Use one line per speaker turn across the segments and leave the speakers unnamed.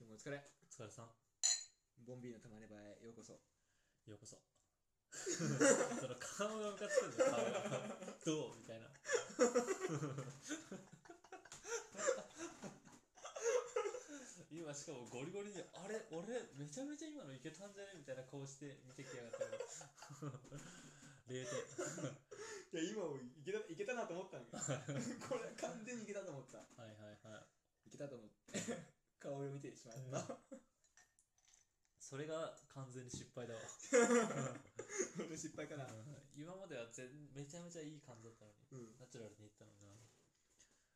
お疲れ
お疲れさん
ボンビーのたまねばへようこそ
ようこそ その顔がムカつくんだよ顔がどうみたいな今しかもゴリゴリにあれ俺めちゃめちゃ今のいけたんじゃねみたいな顔して見てきやがったけど0点
いや今もいけたいけたなと思ったん だけどこれ完全にいけたと思った
はいはいはい
いけたと思って 顔を見てしまった、
それが完全に失敗だわ
俺失敗かなう
今までは全めちゃめちゃいい感じだったのに
ん
ナチュラルにいったのにな、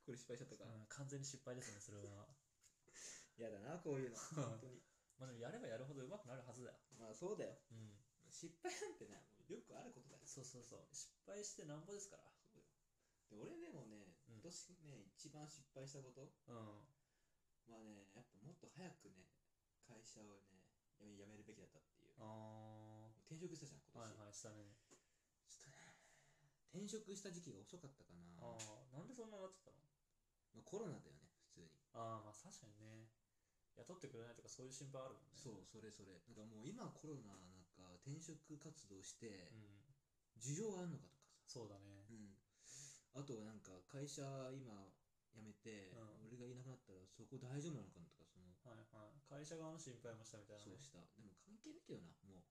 これ失敗しちゃったか、
うん完全に失敗ですねそれは
嫌だなこういうの本当に
まあでもやればやるほど上手くなるはずだよ。
まあそうだよ
うん。
失敗なんてなもうよくあることだよ
そうそうそう。失敗してなんぼですから。
で俺でもね
うん
今年ね、一番失敗したこと
うん。
はねやっぱもっと早くね会社をね辞め辞めるべきだったっていう
あ
転職したじゃん
ー。
今
は
年、
いはい、したね。
ちょっとね転職した時期が遅かったかな
ああ。なんでそんなになっちゃったの
まあ、コロナだよね普通に、
ああ、まあ確かにね。雇ってくれないとかそういう心配あるもんね。
そうそれそれなんかもう今コロナなんか転職活動して
うん。
需要あんのかとかさ
そうだね。
うんあとなんか会社今辞めて、
うん
俺がいなくなったらそこ大丈夫なのかなとかその
はいはい。会社側の心配もしたみたいな
そう
ね。
したでも関係ないけどなも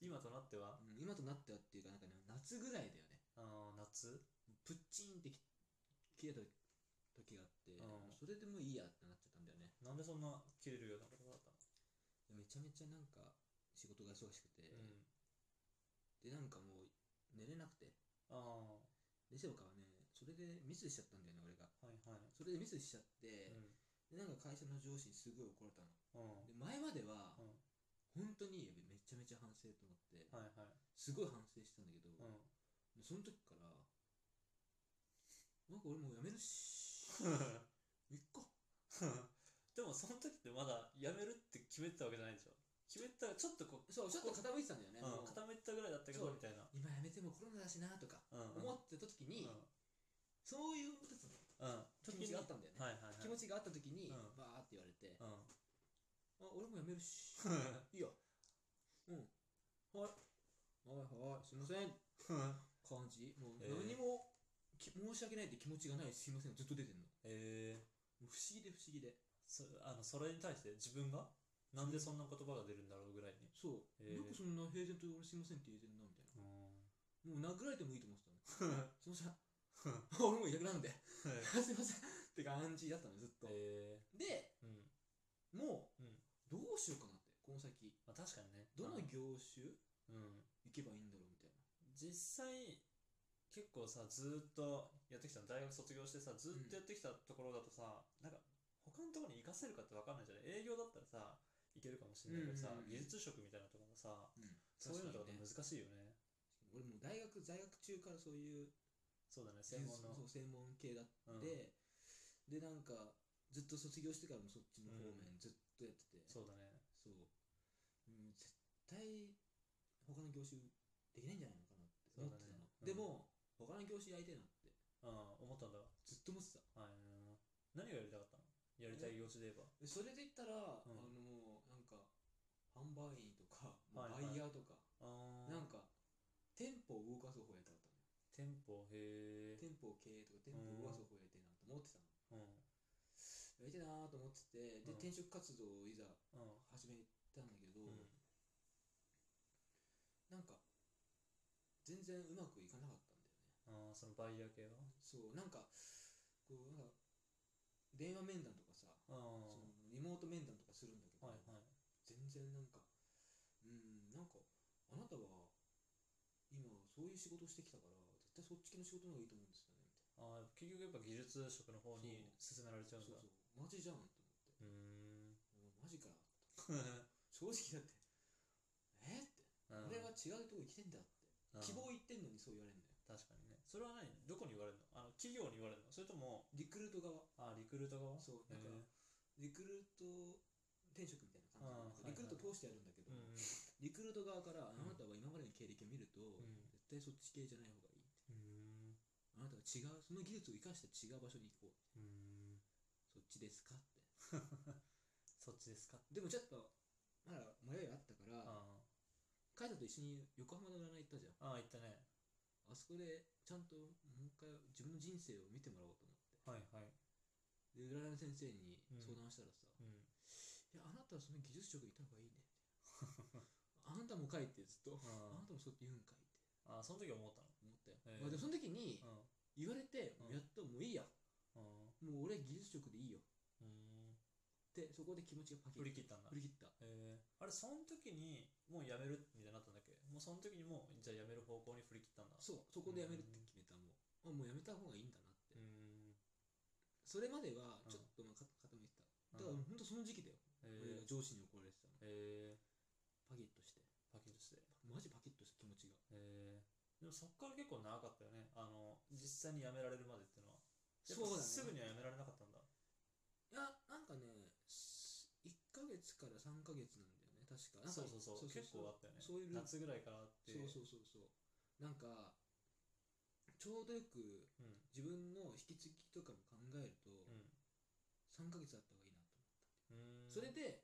今となっては、
う、うん今となってはっていうかなんかね夏ぐらいだよね
あー夏
プッチンってき切れた時があって、
うん
それでもういいやってなっちゃったんだよね
なんでそんな切れるようなことだったの
めちゃめちゃなんか仕事が忙しくて、
うん。
でなんかもう寝れなくて
ああ
でしょうかはねそれでミスしちゃったんだよね俺が
ー。はいはい。
それでミスしちゃって、
う
でなんか会社の上司にすごい怒られたの
ん。うん。
で前までは
うん。
本当にめちゃめちゃ反省と思って
はいはい。
すごい反省したんだけど、
うん。
もうその時からなんか俺もうやめる しいっか
でもその時ってまだ辞めるって決めてたわけじゃないでしょ決めてたらちょっとこう、
そうちょっと傾いてたんだよね、
うん
もう
固めてたぐらいだったけど
そう
みたいな
今やめてもコロナだしなとか
うんうん
思ってた時に、
う
そういうやつ
んうん
気持ちがあったんだよね、
はいはいはい
気持ちがあった時に、
うん
バーって言われて、
うん
あ俺もやめるしいいようんはいはいはいすいません感じもう
えー
何も、き申し訳ないって気持ちがないすいませんずっと出てんのも
えー、
う不思議で不思議で
そあのそれに対して自分がなんでそんな言葉が出るんだろうぐらいに
そう、
えー
よくそんな平然と俺すいませんって言えてんなみたいな
うん
もう殴られてもいいと思ってた のすいません 俺もういなくなるんですいませんって感じだったのずっと、
え
で
ー、うん
もう、
うん
どうしようかなってこの先
まあ確かにね
どの
うん
業種
うん
行けばいいんだろうみたいな
実際結構さずーっとやってきたの大学卒業してさずーっとやってきたところだとさ、なんか他のところに活かせるかって分かんないじゃない営業だったらさいけるかもしれないけど
う
さ、
んうんうん
技術職みたいなところもさ
うん
そういうのとかっ
確か
て
にね
難しいよね
俺もう大学在学中からそういう
そうだね専門の
そう専門系だ
うん
って、でなんかずっと卒業してからもそっちの方面ずっとやってて、そう
そうだね
うん絶対他の業種できないんじゃないのかなって
そう
思っ
だ
て
ね
たの、
うん
でも他の業種やりたいなって
うん思ったんだ
ずっと思ってた
はい何がやりたかったのやりたい業種で言えば
でそれで言ったら、
ん
あのなんか販売員とかもう
は
バ
いはい
イヤーとか、
あ
なん
か
か店舗を動かす方やりたかったのよ
店舗へえ、
店舗を経営とか店舗を動かす方やりたいなと思ってたの
うん
やりたいなと思っててで
うん
転職活動をいざ
うん
始めたんだけど、
うん
なんか全然うまくいかなかったんだよね
あーそのバイヤー系は
そうなんかこうなんか電話面談とかさ、
あ
そ
あ
のリモート面談とかするんだけど、
はいはい
全然なんかうんなんかあなたは今そういう仕事をしてきたから絶対そっち系の仕事の方がいいと思うんですよねみたい
ああ結局やっぱ技術職の方に進められちゃう
なん
だ
そうそうマジじゃんと思ってうん
うーん
マジか
うん
正直だってえーって 俺は違うとこ行きてんだって
うん
希望行ってんのにそう言われるんだよ
確かにねそれは何どこに言われるのあの企業に言われるのそれとも
リクルート側
あリクルート側
そう
へ
なん
ー
かリクルート転職みたいな感じ
あ
でリ
ー
クルート通してやるんだけど、
うんうん
リクルート側からあなたは今までの経歴を見ると、
ん
絶対そっち系じゃない方がいいって
うん
あなたは違うその技術を生かして違う場所に行こう
うん
そっちですかって
そっちです
でもちょっとまだ迷いあったから、
あ
カイトと一緒に横浜の占い行ったじゃん
あああ言ったね
あそこでちゃんともう一回自分の人生を見てもらおうと思って
はいはい
で占いの先生に
うん
相談したらさ、
うん
いやあなたはその技術職いた方がいいねってあなたもかいってずっとあな
あ
たもそうやって言うんかいって
ああその時思ったの
思ったよ、
へえ
まあ、でもその時に
うん
言われて
うん
やっともういいや
うん
もう俺は技術職でいいよ
うん
でそこで気持ちがパキッ
振り切ったんだ
振り切った
えー、あれその時にもうやめるみたいになったんだっけもうその時にもうじゃあやめる方向に振り切ったんだ
そうそこでやめるって決めたもうあもうやめた方がいいんだなって、
ん
それまでは
うん
ちょっとまあか傾いてただ
うん
から本当その時期だよ、
え
俺
ー
が上司に怒られてたの
えー、
パキッとして
パキッとして
マジパキッとした気持ちが
えー、でもそっから結構長かったよねあの実際にやめられるまでっていうのはやっ
そ
ぱ
うだね
すぐにはやめられなかったんだ
いやなんかねす1ヶ月から3ヶ月なんだよね確かなんか
そうそうそう結構あったよね
そういうルー
夏ぐらいからあって
そうそうそうそうなんかちょうどよく
うん
自分の引き継ぎとかも考えると
うん
3ヶ月あった方がいいなと思って
うーん
それで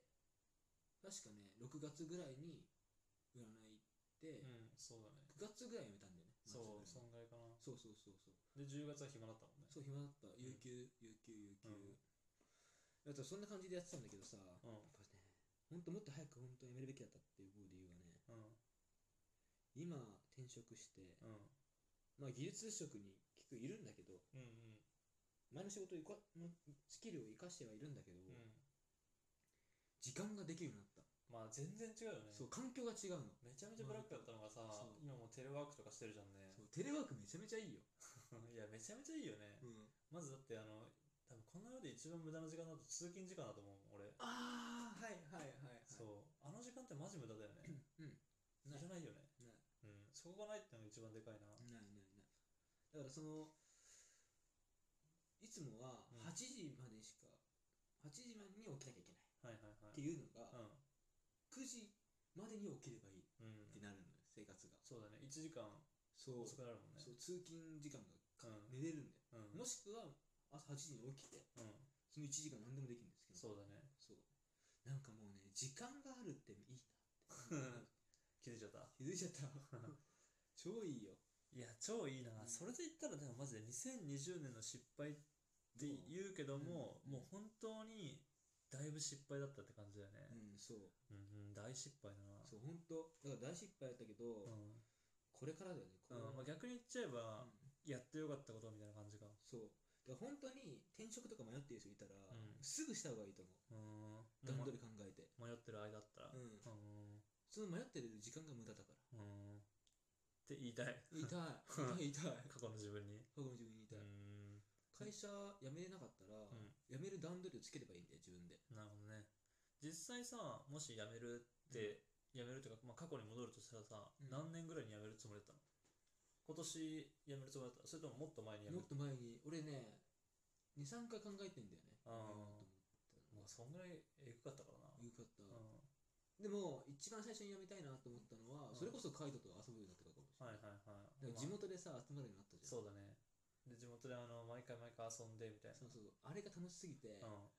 確かね6月ぐらいに占い行って
うんそうだね
9月ぐらいやめたんだよね
そう
夏
そ
ぐらい
んぐらいかな
のそうそうそうそう
で10月は暇だったもんね
そう暇だった有給有給有給、あとそんな感じでやってたんだけどさ、
う
やっぱね本当もっと早く本当やめるべきだったっていう理由がね
ん
今転職して、
うん
まあ、技術職に結構いるんだけど
うんうん
前の仕事をいかのスキルを生かしてはいるんだけど、
うんうん
時間ができるようになった、
まあ全然違うよね
そう環境が違うの
めちゃめちゃブラックだったのがさ
そう、
今もうテレワークとかしてるじゃんね
そ。うテレワークめちゃめちゃいいよ、
いや、めちゃめちゃいいよね。まずだって、あの、多分この世で一番無駄な時間だと通勤時間だと思うもん、俺。
ああはいはいはい、はい、
そう。あの時間ってマジ無駄だよね。
うん
い
ない
らないよね。
ない
うん。そこがないってのが一番でかいな。う
ないないないだからそのいつもは
うん
8時までしか、8時までに起きなきゃいけない
はいはいは
っ
い。
ていうのが、
うん。
9時までに起きればいいっ
うん。
てなるのよ、生活が
そうだね。1時間
そう
遅くなるもんね。
そう通勤時間がか
うん
寝れるんだよ、
う
も
ん。
しくは朝8時に起きて
うん。
その1時間何でもできるんですけど
そうだ ね。
そうなんかもうね時間があるっていいなって
気づいちゃった。
気づいちゃった 超いいよ
いや、超いいな。
うん
それで言ったら、でもマジで2020年の失敗って言うけども、
うん
もう本当にだいぶ失敗だったって感じだよね。
うんそう
うん、うん、大失敗だな。
そう本当だから大失敗だったけど、
うん
これからだよねこれ
うんまあ、逆に言っちゃえば、
うん
やってよかったことみたいな感じか。
そうだから本当に転職とか迷ってる人いたら、
ん
すぐした方がいいと思
うん。
う段
も
取り考えて、
迷ってる間だったら。
うん
うん。
その迷ってる時間が無駄だから
うん。って言いたい。
痛い痛い痛い
過去の自分に。
過去の自分に言いた
う
い、
ん。
会社辞めれなかったら、
ん
辞める段取りをつければいいんだよ自分で
なるほどね。実際さ、もし辞めるって、辞めるというか、まあ、過去に戻るとしたらさ、
うん
何年ぐらいに辞めるつもりだったの今年辞めるつもりだったそれとももっと前に辞め
も
る
っと前に俺ね23回考えてんだよね
あー
やめようと思ったの
まあ、そんぐらいえぐかったからな。
よかった、
うん
でも一番最初に辞めたいなと思ったのは、
うん
それこそカイトと遊ぶようになってからかもしれ
は
な
い
い、
はいはい。
だから地元でさ集まるようになったじゃん
そうだね。で、地元であの毎回毎回遊んでみたいな。
そうそうあれが楽しすぎて、
うん。
あ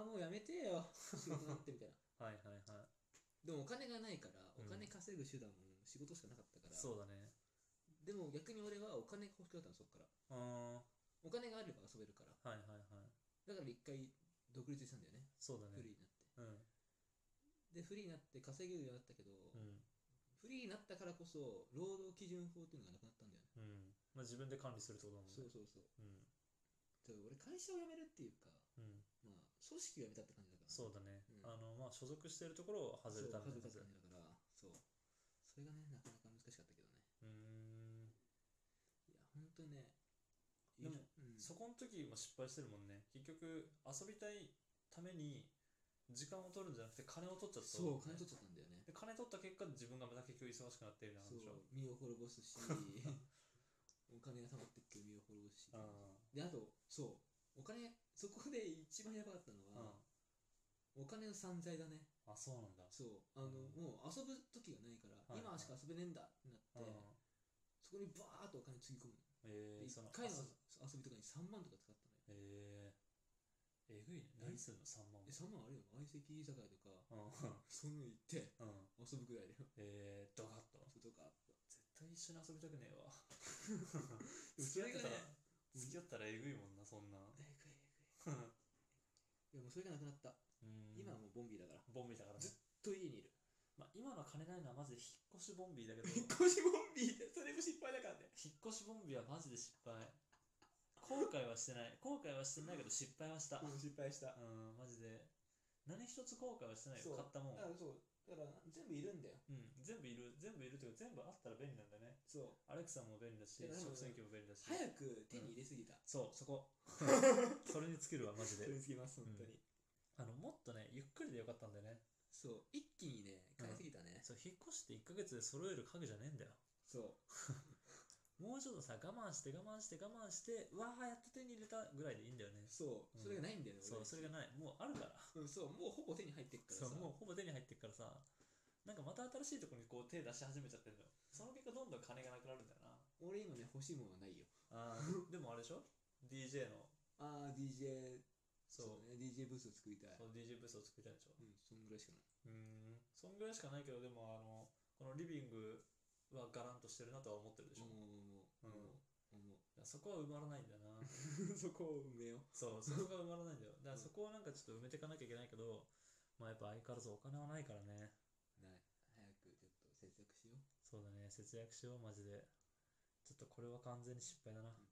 あもうやめてよ仕事なんてみたいな
はいはいはい。
でもお金がないから
うん
お金稼ぐ手段も仕事しかなかったから、
そうだね。
でも逆に俺はお金が欲しくなったのそっから
うん。は
お金があれば遊べるから
いはいはい。
だから一回独立したんだよね
そうだ
フリ
ね。
ーになって
うん。
でフリーになって稼げるようになったけど、
うん。
フリーになったからこそ労働基準法っていうのがなくなったんだよね、
うん。まあ、自分で管理するってことだもんね。
そうそうそう
うん。
だから俺会社を辞めるっていうか
うん。
まあ組織を辞めたって感じだから
そうだね。
うん
あの、まあ、所属してるところを外れたみたいな
そう外れたって感じだからそうそ
感じだね。
れがねなかなか難しかったけどね
うーん。
いや本当ね
でも
いろうん、
そこの時も失敗してるもんね。結局、遊びたいために、時間を取るんじゃなくて金を取っちゃった
そう
わ
金
けね、
取っちゃったんだよね
で金取った結果、自分がまた結局忙しくなってみた
そ
いな感じでしょ
う。身を滅ぼす しお金が貯まってくる身を滅ぼすし
うん。
であとそうお金そこで一番やばかったの
うん
は、お金の散財だね
あ、そうなんだ。
そうあの、
うん
もう遊ぶ時がないから、
はいは
今
い
しか遊べねえんだってなって、
うん
そこにバーっとお金つぎ込むの、
え
で
ー、
一
その
回の
あ
遊
そ
びとかに3万とか使ったのよ
ええぐいね何するの3万
え3万あるよ相席居酒屋とか
う
そんなの行って
ん、うん、
遊ぶぐらいだよ
えー、ドカッと
外か
絶対一緒に遊びたくね えわ
そ
付き合っ
れ
て
が
たら、
ね
付き合ったらえぐいもんなそんな
えぐいえぐいいやもうそれがなくなった今はもうボンビーだから
ボンビーだからね
ずっと家に いる
まあ、今の金ないのはマジで引っ越しボンビーだ けど
引っ越しボンビーってそれも失敗だからね
引っ越しボンビーはマジで失敗後悔はしてない後悔はしてないけど失敗はしたうん
失敗した
マジで何一つ後悔はしてない
そ
よ
う
買ったもん
だからそうだから全部いるんだよ
うん全部いる全部いるっていうか全部あったら便利なんだよね
そう
アレクサも便利だし
いやでも
食洗機も便利だし
早く手に入れすぎた
そうそ こそれに尽きるわマジで
取り付けます本当
う
に
あのもっとねゆっくりでよかったんだよね
そう一気にね買いすぎたね
そう引っ越して1ヶ月で揃える家具じゃねえんだよ
そ
もうちょっとさ我慢して我慢して我慢してうわあやっと手に入れたぐらいでいいんだよね
うそう
うん
それがないんだよね
そうそれが
な
ないもうあるから
うんそうもうほぼ手に入ってっから
そ
さ
うもうほぼ手に入ってるからさなんかまた新しいところにこう手出し始めちゃってるのよその結果どんどん金がなくなるんだよな
俺今ね欲しいものはないよ
あでもあれでしょ DJ の
ああ DJ
そう
ね DJ ブースを作りたい
そう DJ ブースを作りたいでしょ
うんそんぐらいしかないう
ーんそんぐらいしかないけどでもあのこのリビングはガランとしてるなとは思ってるでしょ、
もうもうも
うん
うも
だからそこは埋まらないんだよな
う そこを埋めよう
そうそこが埋まらないんだよだから
うん
そこをなんかちょっと埋めていかなきゃいけないけどまあやっぱ相変わらずお金はないからね
ない早くちょっと節約しよう
そうだね節約しようマジでちょっとこれは完全に失敗だな
うん